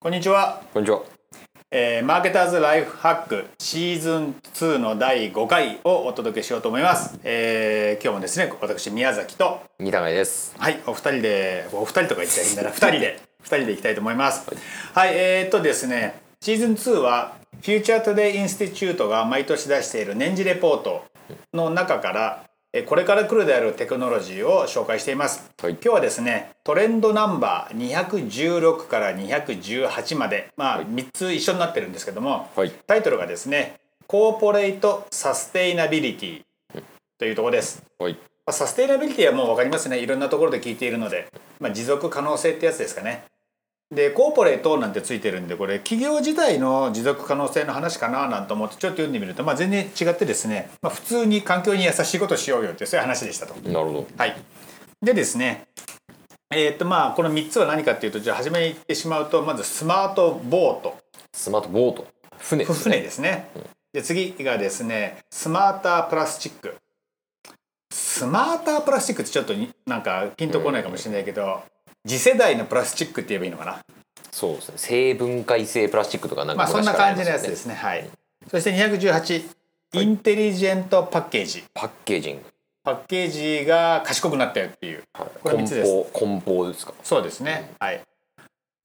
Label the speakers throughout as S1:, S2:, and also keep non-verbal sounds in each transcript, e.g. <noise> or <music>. S1: こんにちは、
S2: こんにちは。
S1: えーマーケターズライフハックシーズン2の第5回をお届けしようと思います、えー今日もですね私宮崎と
S2: 二田貝です。
S1: はいお二人でお二人とか言っちゃい <laughs> いんだな二人で二人でいきたいと思いますはい、えー、っとですねシーズン2はフューチャートデイインスティチュートが毎年出している年次レポートの中からえーこれから来るであるテクノロジーを紹介しています、
S2: はい
S1: 今日はですねトレンドナンバー216から218までまあ3つ一緒になってるんですけども、
S2: はい
S1: タイトルがですね「コーポレート・サステイナビリティ」というところです
S2: はい。
S1: まあサステイナビリティはもう分かりますねいろんなところで聞いているので、まあ、持続可能性ってやつですかねでコーポレートなんてついてるんでこれ企業自体の持続可能性の話かななんて思ってちょっと読んでみると、まあ、全然違ってですね、まあ、普通に環境に優しいことしようよってそういう話でしたと。
S2: なるほ
S1: はい、でですねえーっとまあこの3つは何かっていうとじゃあ初めに言ってしまうとまずスマートボート
S2: ど。スマートボート。船ですね。
S1: 船ですね。で次がですねスマータープラスチック。スマータープラスチックってちょっとになんかピンとこないかもしれないけど次世代のプラスチックって言えばいいのかな。
S2: そうですね。生分解性プラスチックとかなん
S1: ま
S2: か
S1: あそんな
S2: 昔からあり
S1: 感
S2: ま
S1: じの
S2: すよ
S1: や
S2: ね
S1: つですね。はい。そして218インテリジェントパッケージ。
S2: パッケージング。
S1: パッケージが賢くなったよっていう。これ三つです
S2: 梱包梱包ですか。
S1: そうですね。はい。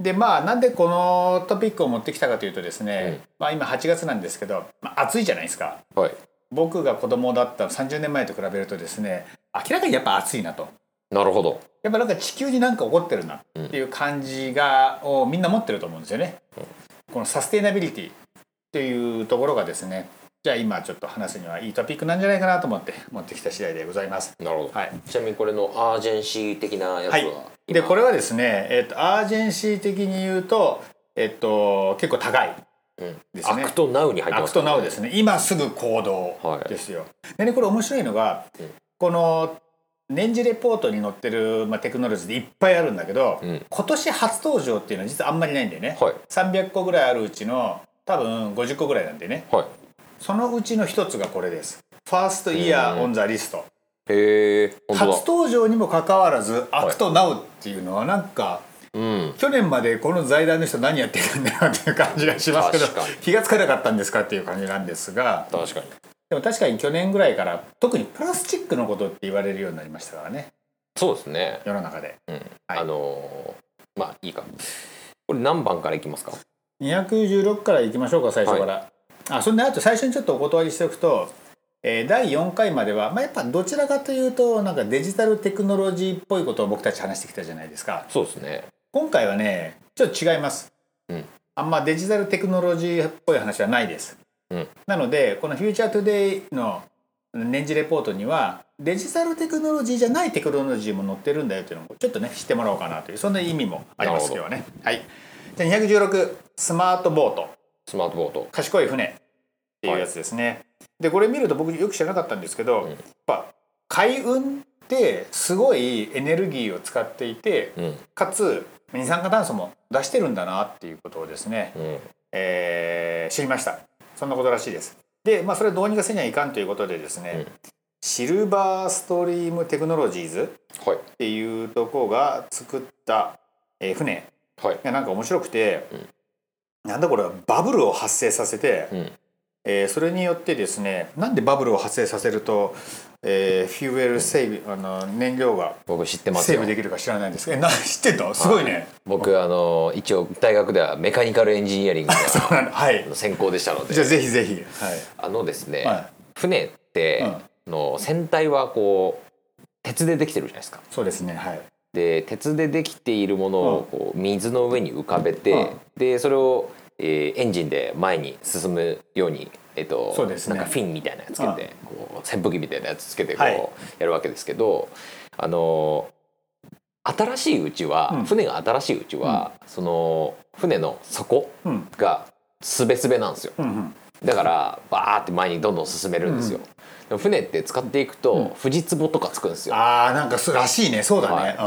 S1: でまあなんでこのトピックを持ってきたかというとですね、まあ今8月なんですけど、まあ、暑いじゃないですか。
S2: はい。
S1: 僕が子供だった30年前と比べるとですね明らかにやっぱ暑いなと
S2: なるほど。
S1: やっぱなんか地球になんか起こってるなっていう感じが、をみんな持ってると思うんですよね、このサステイナビリティっていうところがですねじゃあ今ちょっと話すにはいいトピックなんじゃないかなと思って持ってきた次第でございます
S2: なるほど。
S1: はい
S2: ちなみにこれのアージェンシー的なやつは
S1: は、いでこ
S2: れ
S1: れはですね、えっとアージェンシー的に言うとえっと結構高いですね
S2: アクトナウに入ってま
S1: アク
S2: すか
S1: ト
S2: らね、
S1: ナウですね今すぐ行動ですよ。でねこれ面白いのが、
S2: うん
S1: この年次レポートに載ってる、まあ、テクノロジーでいっぱいあるんだけど、
S2: うん
S1: 今年初登場っていうのは実はあんまりないんだよね、
S2: はい
S1: 300個ぐらいあるうちの多分50個ぐらいなんでね
S2: はい。
S1: そのうちの一つがこれですファーストイヤーオンザリスト
S2: へえ。本当だ
S1: 初。登場にもかかわらず「アクトナウっていうのはなんか、
S2: うん。
S1: 去年までこの財団の人何やってるんだよっていう感じがしますけど
S2: 確かに
S1: 気が付かなかったんですかっていう感じなんですが
S2: 確かに。
S1: でも確かに去年ぐらいから特にプラスチックのことって言われるようになりましたからね
S2: そうですね。
S1: 世の中で
S2: うん。
S1: はい
S2: あのーまあいいか。これ何番からいきますか。
S1: 216からいきましょうか最初から、あそんであと最初にちょっとお断りしておくと、えー第4回までは、まあ、やっぱどちらかというとなんかデジタルテクノロジーっぽいことを僕たち話してきたじゃないですか
S2: そうですね。
S1: 今回はねちょっと違います、
S2: うん
S1: あんまデジタルテクノロジーっぽい話はないです、
S2: うん
S1: なのでこの「フューチャートゥデイの年次レポートにはデジタルテクノロジーじゃないテクノロジーも載ってるんだよというのもちょっとね知ってもらおうかなというそんな意味もあります
S2: な
S1: 今日
S2: る
S1: はねはいじゃあ216スマートボート
S2: スマートボート。
S1: 賢い船っていうやつですね、でこれ見ると僕よく知らなかったんですけど、
S2: うん
S1: やっぱ海運ってすごいエネルギーを使っていて、
S2: うん。
S1: かつ二酸化炭素も出してるんだなっていうことをですね、
S2: うん。
S1: えー知りましたそんなことらしいですでまあそれどうにかせにはいかんということでですね、
S2: うん
S1: シルバーストリームテクノロジーズ
S2: はい。
S1: っていうとこが作った、えー船
S2: はい。
S1: がなんか面白くて、
S2: うん
S1: なんだこれはバブルを発生させて、
S2: うん。
S1: えーそれによってですねなんでバブルを発生させると、えーフューエルセーブあの燃料が
S2: 僕知ってます
S1: セー
S2: よ
S1: ブ。できるか知らないんですけどえな知ってんのすごいね、
S2: 僕あの一応大学ではメカニカルエンジニアリング
S1: そうなのはい
S2: の専攻でした
S1: じ
S2: の
S1: ゃあ
S2: で
S1: ぜひぜひ。
S2: あのですね、
S1: はい
S2: 船って、の船体はこう鉄でできてるじゃないですか。
S1: そうですね。はい。
S2: で鉄でできているものをこう水の上に浮かべて、
S1: うん
S2: でそれを、えーエンジンで前に進むように、えっと
S1: そうですね
S2: なんかフィンみたいなやつつけて、こう扇風機みたいなやつつけてこう、
S1: はい
S2: やるわけですけどあの新しいうちは、
S1: うん
S2: 船が新しいうちは、その船の底
S1: うん。
S2: がすべすべなんですよ。
S1: うんうん。
S2: だからバーって前にどんどん進めるんですよ。でも船って使っていくと、
S1: うん
S2: 富士壺とかつくんですよ。
S1: ああなんかそうらしいね。そうだね。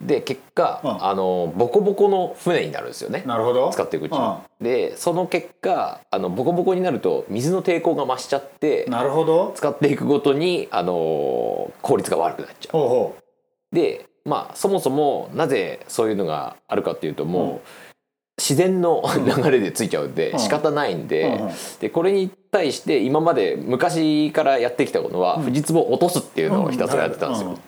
S2: で結果、
S1: うん
S2: あのボコボコの船になるんですよね
S1: うん。なるほど。
S2: 使っていくうちに。でその結果あのボコボコになると水の抵抗が増しちゃって
S1: うん。なるほど。
S2: 使っていくごとに、あの効率が悪くなっちゃ
S1: ほうほ
S2: う。でまあそもそもなぜそういうのがあるかっていうともう、自然の流れでついちゃうんで
S1: ん
S2: 仕方ないんで,、
S1: うんうん
S2: でこれに対して今まで昔からやってきたことは藤壺を落とすっていうのをひたすらやってたんですよ、
S1: うんうん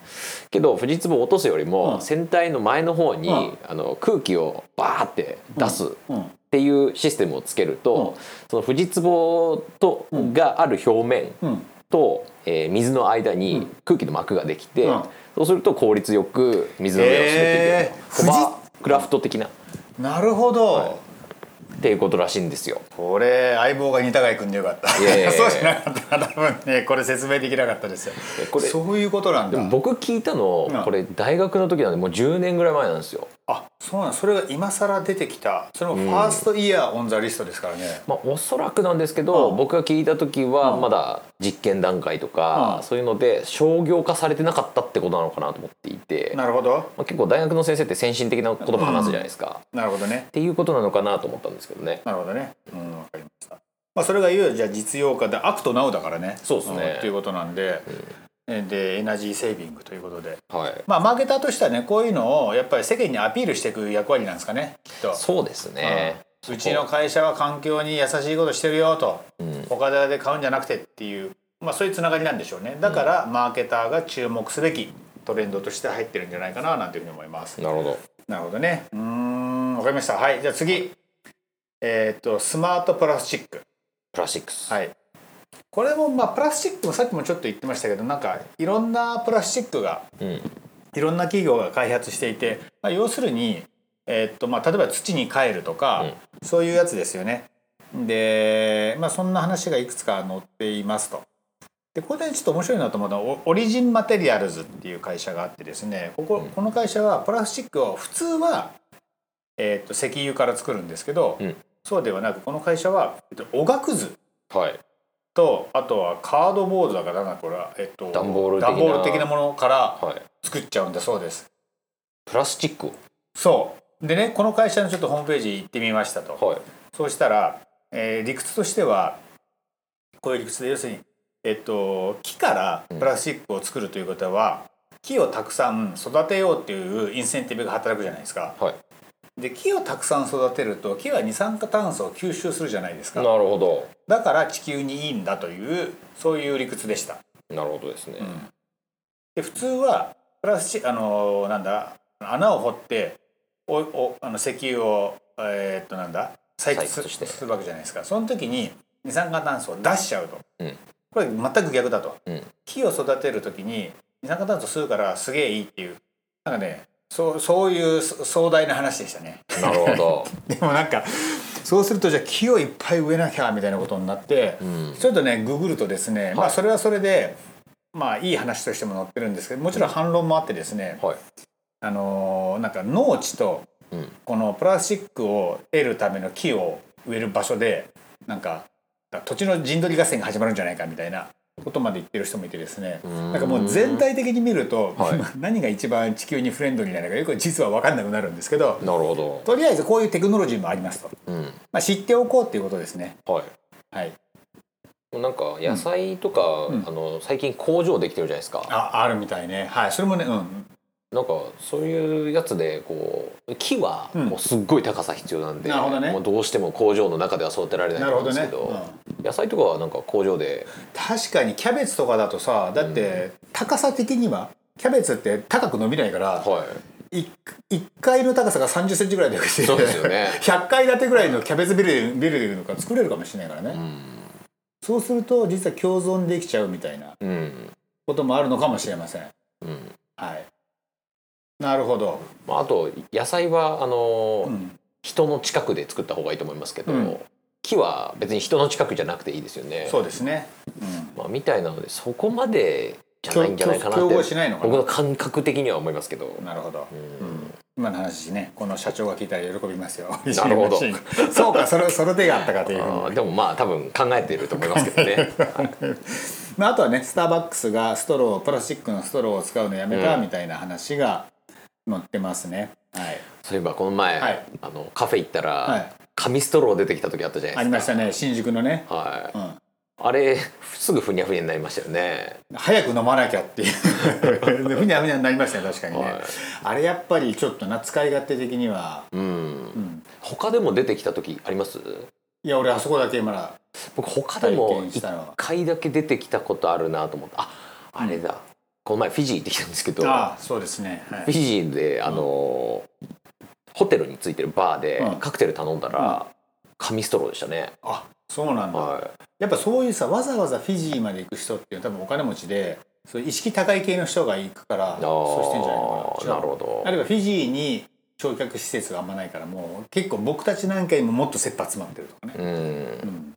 S2: けど藤壺を落とすより
S1: う
S2: も
S1: ん
S2: 船体の前の方に、
S1: うん
S2: あの空気をバーって出すっ
S1: うん
S2: ていうシステムをつけると、その藤壺とがある表面
S1: うん
S2: と、えー水の間に空気の膜ができて、
S1: うん
S2: そうすると効率よく水の上を滑っていける、
S1: えー
S2: コバクラフト的な。
S1: なるほど、
S2: っていうことらしいんですよ。
S1: これ相棒が似たがい君でよかった
S2: いやいやいや
S1: <laughs> そうじゃなかったら多分ねこれ説明できなかったですよ
S2: これ
S1: そういうことなんだ
S2: 僕聞いたの
S1: うん
S2: これ大学の時なんでもう10年ぐらい前なんですよ。
S1: あそうなんそれが今更出てきたそれもファーストイヤーオンザリストですからね、
S2: まあ、おそらくなんですけど、
S1: うん
S2: 僕が聞いた時は
S1: うん
S2: まだ実験段階とか、
S1: うん
S2: そういうので商業化されてなかったってことなのかなと思っていて、ま
S1: なるほど
S2: あ、結構大学の先生って先進的なことも話すじゃないですか、っ
S1: なるほどね
S2: ていうことなのかなと思ったんですけどね。
S1: なるほどねうんわかりました、まあ、それがいよいよじゃあ実用化でアクトナウだからね
S2: そうですね
S1: んということなんで、えでエナジーセービングということで
S2: はい、
S1: まあマーケターとしてはねこういうのをやっぱり世間にアピールしていく役割なんですかねきっと
S2: そうですね、
S1: うんうちの会社は環境に優しいことしてるよと、
S2: ん
S1: 他で買うんじゃなくてっていう、まあ、そういうつながりなんでしょうねだから、マーケターが注目すべきトレンドとして入ってるんじゃないかななんていうふうに思います
S2: なるほど
S1: なるほどねうーんわかりましたはいじゃあ次えーっとスマートプラスチック
S2: プラスチックス、
S1: はいこれもまあプラスチックもさっきもちょっと言ってましたけどなんかいろんなプラスチックが
S2: うん
S1: いろんな企業が開発していて、まあ、要するに、えーっとまあ、例えば土に帰るとか、そういうやつですよね。で、まあ、そんな話がいくつか載っていますと。でここでちょっと面白いなと思うのはオオリジンマテリアルズっていう会社があってですねこここの会社はプラスチックを普通は、えーっと石油から作るんですけど、
S2: うん
S1: そうではなくこの会社はえっとおがくず
S2: はい
S1: とあとはカードボードだからなんだこれは、えっと、
S2: 段ボール的な
S1: 段ボール的なものから
S2: はい、
S1: 作っちゃうんだそうです。
S2: プラスチックを
S1: そうでねこの会社のちょっとホームページ行ってみましたと
S2: はい
S1: そうしたら、えー理屈としてはこういう理屈で要するに、えっと、木からプラスチックを作るということは、木をたくさん育てようっていうインセンティブが働くじゃないですか
S2: はい
S1: で木をたくさん育てると木は二酸化炭素を吸収するじゃないです
S2: な
S1: か
S2: るほど
S1: だから地球にいいんだというそういう理屈でした
S2: なるほどですね、
S1: で普通はプラスチあのーなんだ穴を掘っておおあの石油をえーっとなんだ採掘
S2: 採掘して
S1: するわけじゃないですかその時に二酸化炭素を出しちゃうと、
S2: うん
S1: これ全く逆だと、
S2: うん
S1: 木を育てる時に二酸化炭素吸うからすげえいいっていうなんかねそうそういうそ壮大な話でしたね
S2: なるほ <laughs> ど
S1: <laughs> でもなんかそうするとじゃあ木をいっぱい植えなきゃみたいなことになって、
S2: うん
S1: ちょっとねググるとですね、まあそれはそれでまあいい話としても載ってるんですけどもちろん反論もあってですね、
S2: はい
S1: あのーなんか農地と
S2: うん
S1: このプラスチックを得るための木を植える場所でなんか土地の陣取り合戦が始まるんじゃないかみたいなことまで言ってる人もいてですね
S2: ん
S1: なんかもう全体的に見ると、
S2: はい
S1: <laughs> 何が一番地球にフレンドリーなのかよく実は分かんなくなるんですけど
S2: なるほど
S1: とりあえずこういうテクノロジーもありますと、
S2: うん
S1: まあ、知っておこうっていうことですね。
S2: はい
S1: はい、
S2: もうなんか野菜とか、
S1: うん
S2: あの最近工場できてるじゃないですか
S1: ああるみたいねはいそれもねうん
S2: なんかそういうやつでこう木は
S1: うん
S2: もうすっごい高さ必要なんで、
S1: なるほどね
S2: もうどうしても工場の中では育てられない
S1: な
S2: と
S1: る
S2: 思う
S1: ほ
S2: んで
S1: ど
S2: すけ
S1: ね、
S2: ど野菜とかはなんか工場で
S1: 確かにキャベツとかだとさだって高さ的にはキャベツって高く伸びないから、
S2: はい
S1: 一1階の高さが3 0ンチぐらいで落ちて
S2: そうですよ
S1: <laughs>
S2: ね
S1: 100階建てぐらいのキャベツビルビルディングが作れるかもしれないからね、そうすると実は共存できちゃうみたいな
S2: うん、
S1: こともあるのかもしれません
S2: うん
S1: はいなるほど、
S2: まあ、あと野菜はあの、
S1: うん
S2: 人の近くで作った方がいいと思いますけど、
S1: うん
S2: 木は別に人の近くじゃなくていいですよね
S1: そうですね、うん
S2: まあ、みたいなのでそこまでじゃないんじゃないかなって
S1: 競競合しないのかな
S2: 僕の感覚的には思いますけど
S1: なるほど、
S2: ん
S1: うん今の話ねこの社長が聞いたら喜びますよ
S2: なるほど
S1: 一緒に楽しい <laughs> そうかそれその手があったかというふうに
S2: あーでもまあ多分考えてると思いますけどね
S1: まあ、あとはねスターバックスがストロープラスチックのストローを使うのやめたみたいな話が載ってますね、はい
S2: <laughs> そういえばこの前、
S1: はい
S2: あのカフェ行ったら、
S1: はい
S2: 紙ストロー出てきた時あったじゃな
S1: あ
S2: い
S1: り
S2: で
S1: ますしたね新宿のね、
S2: かは
S1: う
S2: い
S1: ん、
S2: あれすぐふにゃふにゃになりましたよね
S1: 早く飲まなきゃっていう <laughs> ふにゃふにゃになりましたね確かにね、
S2: はい
S1: あれやっぱりちょっとな使い勝手的には
S2: うん、他でも出てきた時あります
S1: いや俺あそこだけ今ら
S2: 僕他で
S1: 体
S2: も
S1: 験し
S2: 一
S1: たのは
S2: 回だけ出てきたことあるなと思ってああれだ、この前フィジー行ってきたんですけど
S1: ああそうですね、は
S2: フィ
S1: い、
S2: ジーであのーホテルについてるバーで
S1: うん
S2: カクテル頼んだら、紙ストローでしたね、
S1: あそうなんだ、
S2: は
S1: やっぱそういうさわざわざフィジーまで行く人っていうのは多分お金持ちでそういう意識高い系の人が行くから
S2: い、
S1: そうしてんじゃないのかな
S2: あーなるほど
S1: あるいはフィジーに焼却施設があんまないからもう結構僕たちなんかにももっと切羽詰まってるとかね、
S2: うん
S1: うん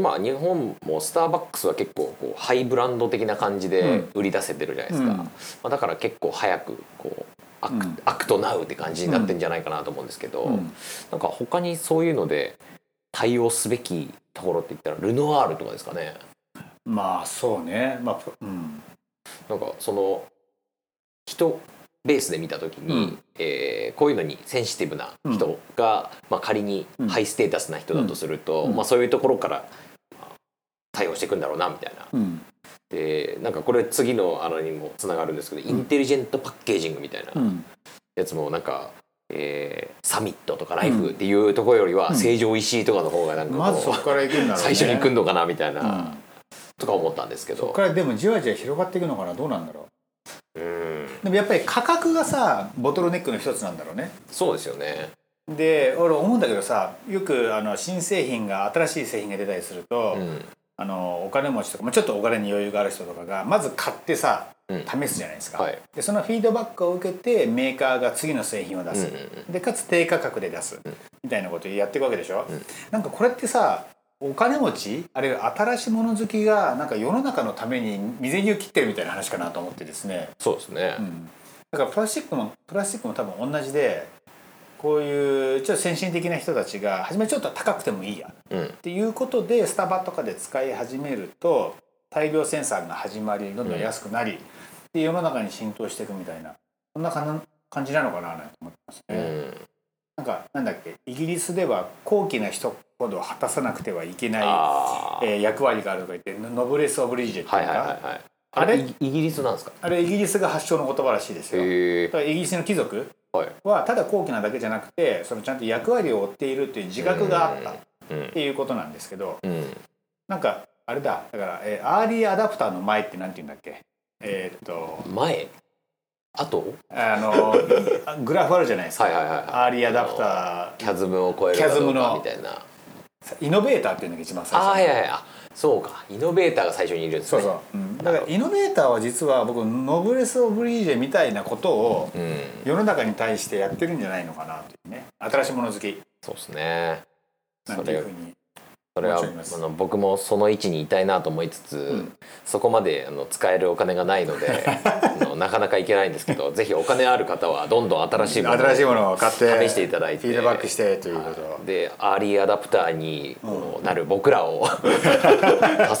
S2: まあ、今日本もスターバックスは結構こうハイブランド的な感じで売り出せてるじゃないですか、
S1: うん
S2: まあ、だから結構早くこうアク,、
S1: うん
S2: アクトナウって感じになってんじゃないかなと思うんですけど、
S1: うん
S2: なんか他にそういうので対応すべきところって言ったらルノワールとかですかね
S1: まあそうねまあプうん
S2: なんかその人ベースで見た時に、
S1: うん
S2: えーこういうのにセンシティブな人が、まあ、仮に
S1: うん
S2: ハイステータスな人だとすると、
S1: うん
S2: まあ、そういうところからまあ対応していくんだろうなみたいな
S1: うん
S2: でなんかこれ次のあのにもつながるんですけど、インテリジェントパッケージングみたいな
S1: うん
S2: やつもなんか、えーサミットとかライフっていうところよりは、成城石井とかの方がなんかこう
S1: まずそこから行くんだろうね
S2: 最初に行くのかなみたいな、
S1: うん
S2: とか思ったんですけ
S1: そこ
S2: ど
S1: からでもじわじわ広がっていくのかなどうなんだろ
S2: うん
S1: うでもやっぱり価格がさボトルネックの一つなんだろうね
S2: そうですよね。
S1: で俺思うんだけどさよくあの新製品が新しい製品が出たりすると、
S2: うん
S1: あのお金持ちとか、まあ、ちょっとお金に余裕がある人とかがまず買ってさ
S2: うん
S1: 試すじゃないですか、
S2: はい
S1: でそのフィードバックを受けてメーカーが次の製品を出す、
S2: うんうん
S1: でかつ低価格で出す、みたいなことをやっていくわけでしょ、なんかこれってさお金持ちあるいは新しいもの好きがなんか世の中のために未然に切ってるみたいな話かなと思ってですね、
S2: そうですね、
S1: うんだからプラスチックもプラスチックも多分同じでこういうちょっと先進的な人たちが初めちょっと高くてもいいや
S2: うん
S1: っていうことでスタバとかで使い始めると大量生産が始まりどんどん安くなり、で世の中に浸透していくみたいなそんなかな感じなのかななんて思ってます
S2: う
S1: ね。
S2: ん、
S1: なんかなんだっけイギリスでは高貴な人ほど果たさなくてはいけな
S2: ああ、
S1: い、えー役割があるとか言ってノノブレス・オブリジェって
S2: はいいうはい
S1: か、
S2: はいはい
S1: あれ
S2: イギイギリスなんですか
S1: あれイギリスが発祥の言葉らしいですよ。
S2: へえ
S1: だからイギリスの貴族
S2: はい
S1: はただ高貴なだけじゃなくてそのちゃんと役割を負っているっていう自覚があったっ
S2: うん
S1: ていうことなんですけど、
S2: うん
S1: なんかあれだだから、えーアーリーアダプターの前ってなんて言うんだっけえーっと
S2: 前あと
S1: あの <laughs> グラフあるじゃないですか、
S2: はいはいはいはい
S1: アーリーアダプター
S2: キャズムを超えるか
S1: キャズム
S2: どうか
S1: の
S2: みたいな
S1: イノベーターっていうのが一番最
S2: あーは
S1: 初
S2: いはいはいあそうかイノベーターが最初にいるんです
S1: そ
S2: ね
S1: うそう、うん、だからイノベーターは実は僕ノブレス・オブリージェみたいなことを
S2: うん
S1: 世の中に対してやってるんじゃないのかなというね新しいもの好き
S2: そうですね
S1: なん
S2: そ
S1: てい
S2: れ
S1: うふうに
S2: それは
S1: 思っちゃいます
S2: あの僕もその位置にいたいなと思いつつ、そこまであの使えるお金がない
S1: <laughs>
S2: のであのなかなかいけないんですけどぜひお金ある方はどんどん新しいものを
S1: 新しいものを買って
S2: 試していただいて
S1: フィードバックしてということを
S2: でアーリーアダプターにこうなる僕
S1: <laughs>
S2: らを <laughs> 助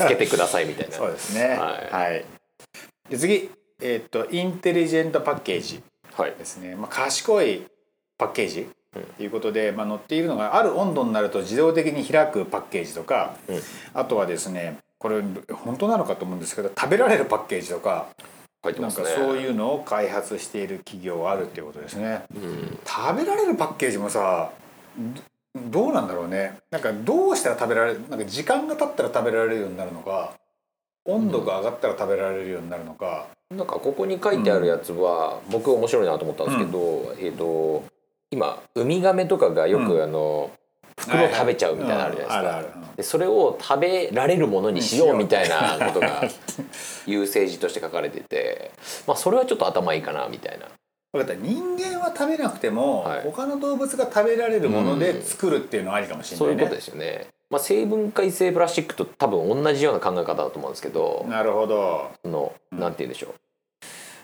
S2: けてくださいみたいな
S1: そうですね
S2: は
S1: はい、で次えーっとインテリジェントパッケージ
S2: はい
S1: ですね、まあ、賢いパッケージということで、まあ、載っているのがある温度になると自動的に開くパッケージとか、
S2: ん
S1: あとはですねこれ本当なのかと思うんですけど食べられるパッケージとか、
S2: 書いて
S1: な
S2: ま
S1: ん
S2: す
S1: か
S2: ね
S1: そういうのを開発している企業はあるっていうことですね、
S2: うん
S1: 食べられるパッケージもさどどうなんだろうねなんかどうしたら食べられるなんか時間が経ったら食べられるようになるのか温度が上がったら食べられるようになるのか、
S2: なんかここに書いてあるやつは、僕面白いなと思ったんですけど、えっ、と今ウミガメとかがよく、
S1: う
S2: あの袋食べちゃうみたいなのあるじゃないですか、
S1: うんあるあるうん
S2: でそれを食べられるものにし
S1: う
S2: ようんみたいなことが <laughs> いう政治として書かれてて、まあ、それはちょっと頭いいかなみたいな
S1: 分かった人間は食べなくても、
S2: はい
S1: 他の動物が食べられるもので作るっていうのはありかもしれ
S2: そう
S1: ないいうね、
S2: ことですよね。まあ、成分解性プラスチックと多分同じような考え方だと思うんですけど、
S1: なるほど
S2: そのなんて言うんでしょ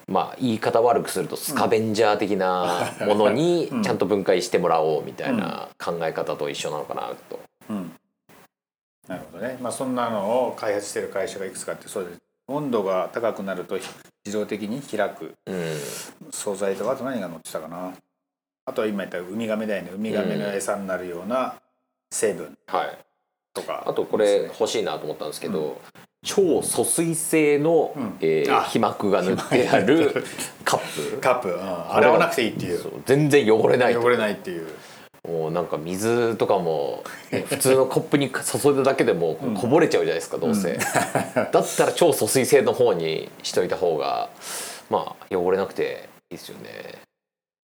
S2: う。まあ、言い方悪くするとスカベンジャー的なもの <laughs> に
S1: うん
S2: ちゃんと分解してもらおうみたいな考え方と一緒なのかなと。
S1: うんなるほどね、まあ、そんなのを開発してる会社がいくつかあってそうです温度が高くなると自動的に開く
S2: うん、
S1: 惣菜とかあと何が載ってたかなあとは今言ったウミガメだよねウミガメの餌になるような成分
S2: はい。
S1: とか、
S2: あとこれ欲しいなと思ったんですけど、超疎水性の、
S1: ん
S2: えー
S1: あ
S2: 被膜が塗ってあるカップ。
S1: カップ、うん洗わなくていいっていう
S2: そう全然汚れないと
S1: 汚れないっていう
S2: もうなんか水とかもね <laughs> 普通のコップに注いだだけでもこぼれちゃうじゃないですか、どう <laughs> せだったら超疎水性の方にしといた方がまあ汚れなくていいですよね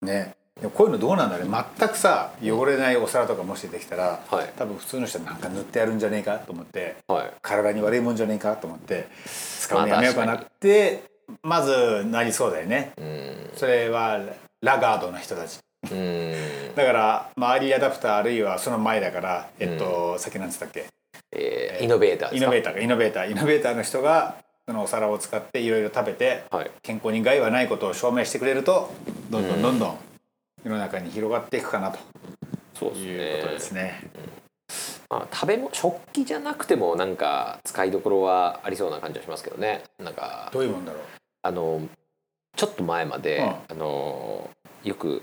S1: ねでもこういうのどうなんだろうね全くさ汚れないお皿とかもしできたら、
S2: はい
S1: 多分普通の人はなんか塗ってやるんじゃねえかと思って
S2: はい
S1: 体に悪いもんじゃねえかと思って使うのやめようかなって、まずなりそうだよね
S2: うん
S1: それはラガードな人たち
S2: うん
S1: だから、まあ、アーリーアダプターあるいはその前だからえっと、先なんつったっけ
S2: えーイノベーターで
S1: イ
S2: す
S1: ノ
S2: か
S1: ベーターかイノベーターイノベーターの人がそのお皿を使っていろいろ食べて
S2: はい
S1: 健康に害はないことを証明してくれるとどんどんどんどん世の中に広がっていくかなと
S2: そうですね
S1: いうことですね。
S2: まあ、食べも食器じゃなくてもなんか使いどころはありそうな感じはしますけどねなんか
S1: どういうもんだろう。
S2: あのちょっと前まで、
S1: う
S2: あのよく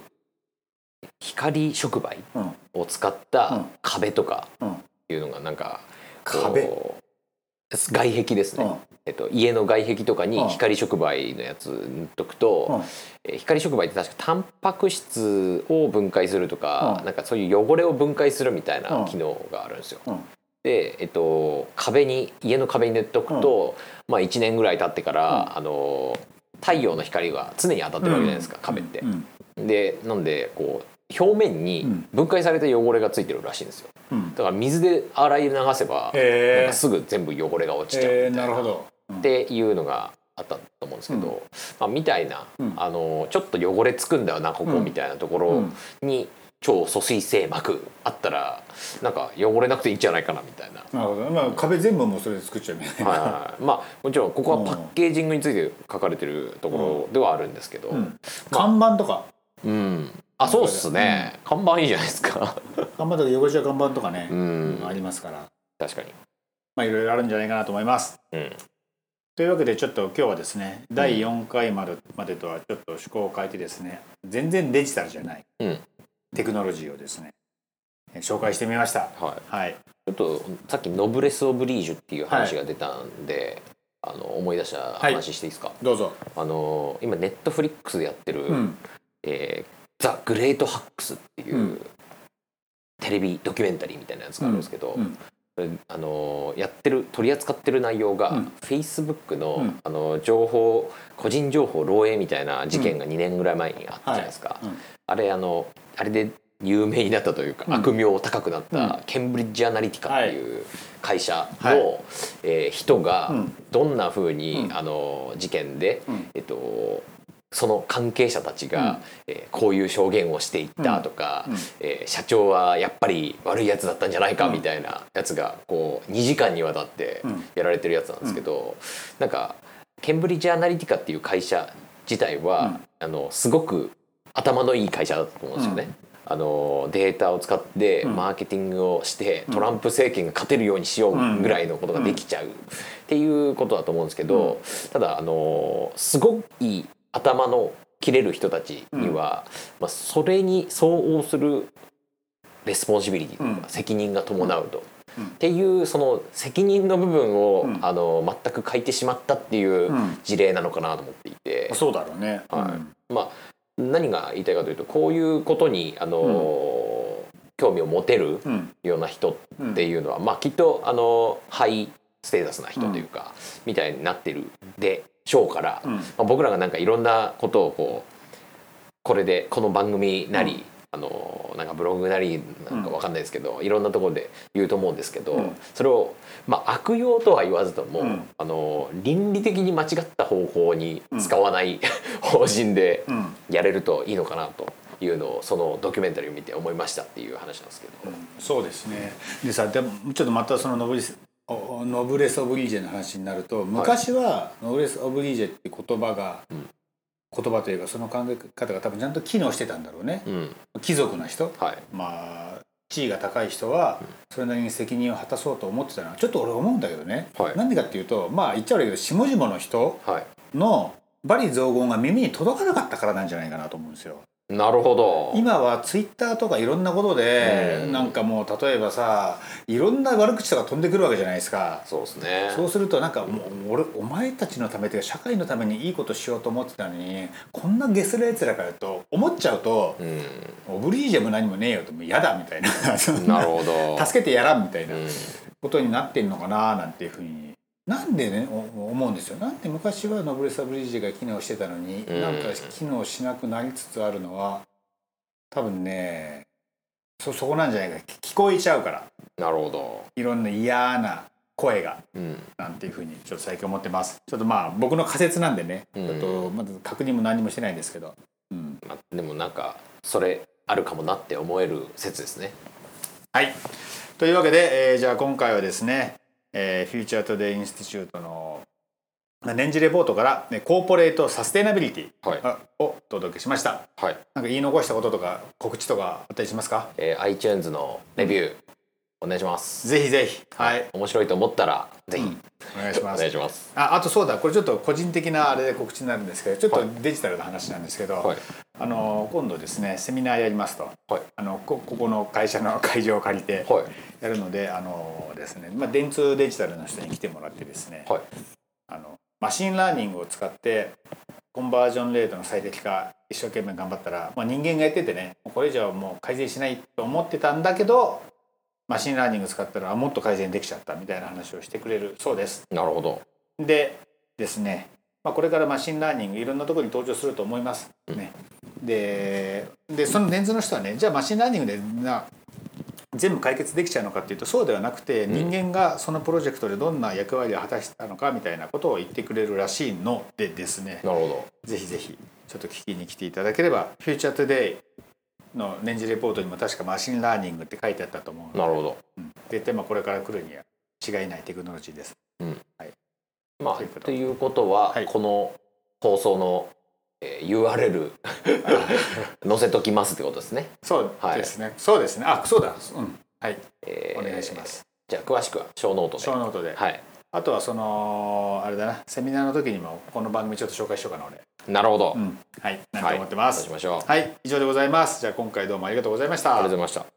S2: 光触媒
S1: うん
S2: を使っ
S1: うん
S2: た壁とか
S1: うん
S2: っていうのがなんか
S1: 壁
S2: こう外壁ですね、
S1: うん
S2: えっと、家の外壁とか
S1: う
S2: に
S1: ん
S2: 光触媒のやつ塗っとくと、
S1: うん
S2: えー光触媒って確かタンパク質を分解するとか、
S1: うん
S2: なんかそういう汚れを分解するみたいな
S1: うん
S2: 機能があるんですよ。
S1: うん
S2: で、えっと、壁に家の壁に塗っとくと、まあ、1年ぐらい経ってから、あの太陽の光が常に当たってるわけじゃないですか、壁って
S1: う。ん
S2: でなんでこう表面に分解された汚れがついてるらしいんですよ。
S1: うん
S2: だから水で洗い流せば、
S1: へー
S2: なんかすぐ全部汚れが落ちちゃうみ
S1: え
S2: たい
S1: ー、
S2: な。
S1: なるほど。うん
S2: っていうのがあったと思うんですけど、
S1: うん
S2: まあ、みたいな、
S1: うん
S2: あのちょっと汚れつくんだよなここ
S1: うん
S2: みたいなところに超疎水性膜あったらなんか汚れなくていいんじゃないかなみたいな。
S1: なるほど。まあ壁全部もうそれで作っちゃうみたいな。
S2: はいはいはいまあもちろんここはパッケージングについて書かれてるところではあるんですけど、
S1: う
S2: うん
S1: ん。看板とか
S2: あそうっすね、看板いいじゃないですか
S1: 看板とか汚れちゃう看板とかね、
S2: うん
S1: ありますから、
S2: 確かに
S1: まあいろいろあるんじゃないかなと思います。
S2: うん
S1: というわけでちょっと今日はですね、第4回までまでとはちょっと趣向を変えてですね、全然デジタルじゃない、
S2: うん
S1: テクノロジーをですね、え紹介してみました。
S2: はい
S1: はい。
S2: ちょっとさっきノブレス・オブリージュっていう話が出たんで、あの思い出した話していいですか、
S1: どうぞ。
S2: あの今ネットフリックスでやってる、
S1: うん。
S2: えーザ・グレート・ハックス」っていう、
S1: うん
S2: テレビドキュメンタリーみたいなやつがあるんですけど、
S1: うん
S2: それあのやってる取り扱ってる内容が、
S1: うん
S2: Facebook の,、
S1: うん
S2: あの情報個人情報漏洩みたいな事件が2年ぐらい前にあったじゃないですか、
S1: はいうん
S2: あれあのあれで有名になったというか、
S1: うん
S2: 悪名高くなった、
S1: う
S2: ケンブリッジ・アナリティカっていう会社の、
S1: はい
S2: えー人が
S1: うん
S2: どんなふうに、
S1: うん
S2: あの事件で、
S1: うん
S2: えっと、その関係者たち
S1: うん
S2: が、えーこういう証言をしていったとか、
S1: うんうん
S2: えー社長はやっぱり悪いやつだったんじゃないか
S1: うん
S2: みたいなやつがこう2時間にわたって
S1: うん
S2: やられてるやつなんですけど、なんかケンブリッジ・アナリティカっていう会社自体は、あのすごく頭のいい会社だと思うんですよね。あのデータを使って
S1: ん
S2: マーケティングをして、トランプ政権が勝てるようにしようぐらいのことができちゃうっていうことだと思うんですけど、ただあのすごい頭の切れる人たちには、まあ、それに相応するレスポンシビリティというか
S1: うん
S2: 責任が伴うと。
S1: うん
S2: っていうその責任の部分を、
S1: うん
S2: あの全く欠いてしまったっていう
S1: うん
S2: 事例なのかなと思っていて、
S1: そうだろうね。
S2: はい
S1: うん
S2: まあ、何が言いたいかというとこういうことに、あのー興味を持てる
S1: うん。
S2: ような人っていうのは、まあ、きっと、あのーハイステータスな人というか、みたいになってるでしょうから、
S1: うん
S2: まあ、僕らがなんかいろんなことをこうこれでこの番組なり、
S1: うん
S2: あのーなんかブログなりなんかわかんないですけど、いろんなところで言うと思うんですけど、
S1: うん
S2: それを、まあ、悪用とは言わずとも、
S1: うん
S2: あのー倫理的に間違った方向に使わない、 <laughs> 方針で
S1: うん。
S2: やれるといいのかなというのをそのドキュメンタリーを見て思いましたっていう話なんですけど、
S1: そうですねでさでもちょっとまたそのノブリスおノブレス・オブリージェの話になると昔はノブレス・オブリージェって言葉が、
S2: ん
S1: 言葉というかその考え方が多分ちゃんと機能してたんだろうね、
S2: うん、
S1: 貴族な人
S2: はい
S1: まあ地位が高い人はそれなりに責任を果たそうと思ってたのはちょっと俺思うんだけどね、
S2: はい
S1: なんでかっていうとまあ言っちゃ悪いけど下々の人
S2: はい
S1: の罵詈雑言が耳に届かなかったからなんじゃないかなと思うんですよ。
S2: なるほど
S1: 今はツイッターとかいろんなことで、
S2: うん
S1: なんかもう例えばさいろんな悪口とか飛んでくるわけじゃないですか
S2: そうですね
S1: そうするとなんかもう俺お前たちのためというか社会のためにいいことしようと思ってたのにこんなゲスなやつらからと思っちゃうと
S2: うん
S1: <laughs> オブリージェも何もねえよともう嫌だみたいな
S2: なるほど
S1: 助けてやらんみたいな
S2: うん
S1: ことになってんのかななんていうふうになんでねお思うんですよなんで昔はノブレス・オブリージェが機能してたのに、
S2: うん
S1: なんか機能しなくなりつつあるのは多分ねそそこなんじゃないか聞聞こえちゃうから
S2: なるほど
S1: いろんな嫌な声が
S2: うん
S1: なんていうふうにちょっと最近思ってますちょっとまあ僕の仮説なんでね、
S2: うん
S1: ちょっとまだ確認も何もしてないんですけど、うん、
S2: まあでもなんかそれあるかもなって思える説ですね
S1: はいというわけで、えーじゃあ今回はですね、えーフューチャートゥデイインスティチュートのまあ年次レポートから、ね、コーポレートサステナビリティ
S2: はい
S1: あをお届けしました
S2: はい、
S1: なんか言い残したこととか告知とかあったりしますか
S2: えー iTunes のレビュー、お願いします
S1: ぜひぜひはい、
S2: 面白いと思ったらぜひ、
S1: うんお願いし
S2: お
S1: ます
S2: 願いします
S1: ああとそうだこれちょっと個人的なあれで告知になるんですけどちょっとデジタルの話なんですけど、
S2: はい
S1: あの今度ですねセミナーやりますと
S2: はい
S1: あのこここの会社の会場を借りて
S2: はい
S1: やるので、あのですね、まあ、電通デジタルの人に来てもらってですね、
S2: はい
S1: あのマシンラーニングを使ってコンバージョンレートの最適化一生懸命頑張ったら、まあ、人間がやっててねこれ以上はもう改善しないと思ってたんだけどマシンラーニング使ったらあもっと改善できちゃったみたいな話をしてくれるそうです。
S2: なるほど
S1: でですね、まあ、これからマシンラーニングいろんなところに登場すると思います、ね、ででその電通の人はねじゃあマシンラーニングでな全部解決できちゃうのかっていうとそうではなくて人間がそのプロジェクトでどんな役割を果たしたのかみたいなことを言ってくれるらしいのでですね
S2: なるほ
S1: ぜひぜひちょっと聞きに来ていただければ「フューチャートゥデイの年次レポートにも確かマシンラーニングって書いてあったと思うので
S2: どなるほど
S1: うん絶対まあこれから来るには違いないテクノロジーです。
S2: ま
S1: というこ
S2: あ
S1: と
S2: ということは、
S1: はい
S2: この放送の、えー URL <laughs> 載せときますってことですね、
S1: そう
S2: はい
S1: ですね。そうですね。あ、そうだ。うん。はい。
S2: えー
S1: お願いします。
S2: じゃあ詳しくは小ノート
S1: ショー
S2: で
S1: ノートで。
S2: はい
S1: あとはそのあれだな、セミナーの時にもこの番組ちょっと紹介しようかな俺。
S2: なるほど、
S1: うん。はい。なん
S2: は
S1: て
S2: い
S1: 思ってま
S2: そう
S1: す
S2: し。ましょう、
S1: はい。以上でございます。じゃあ今回どうもありがとうございました。
S2: ありがとうございました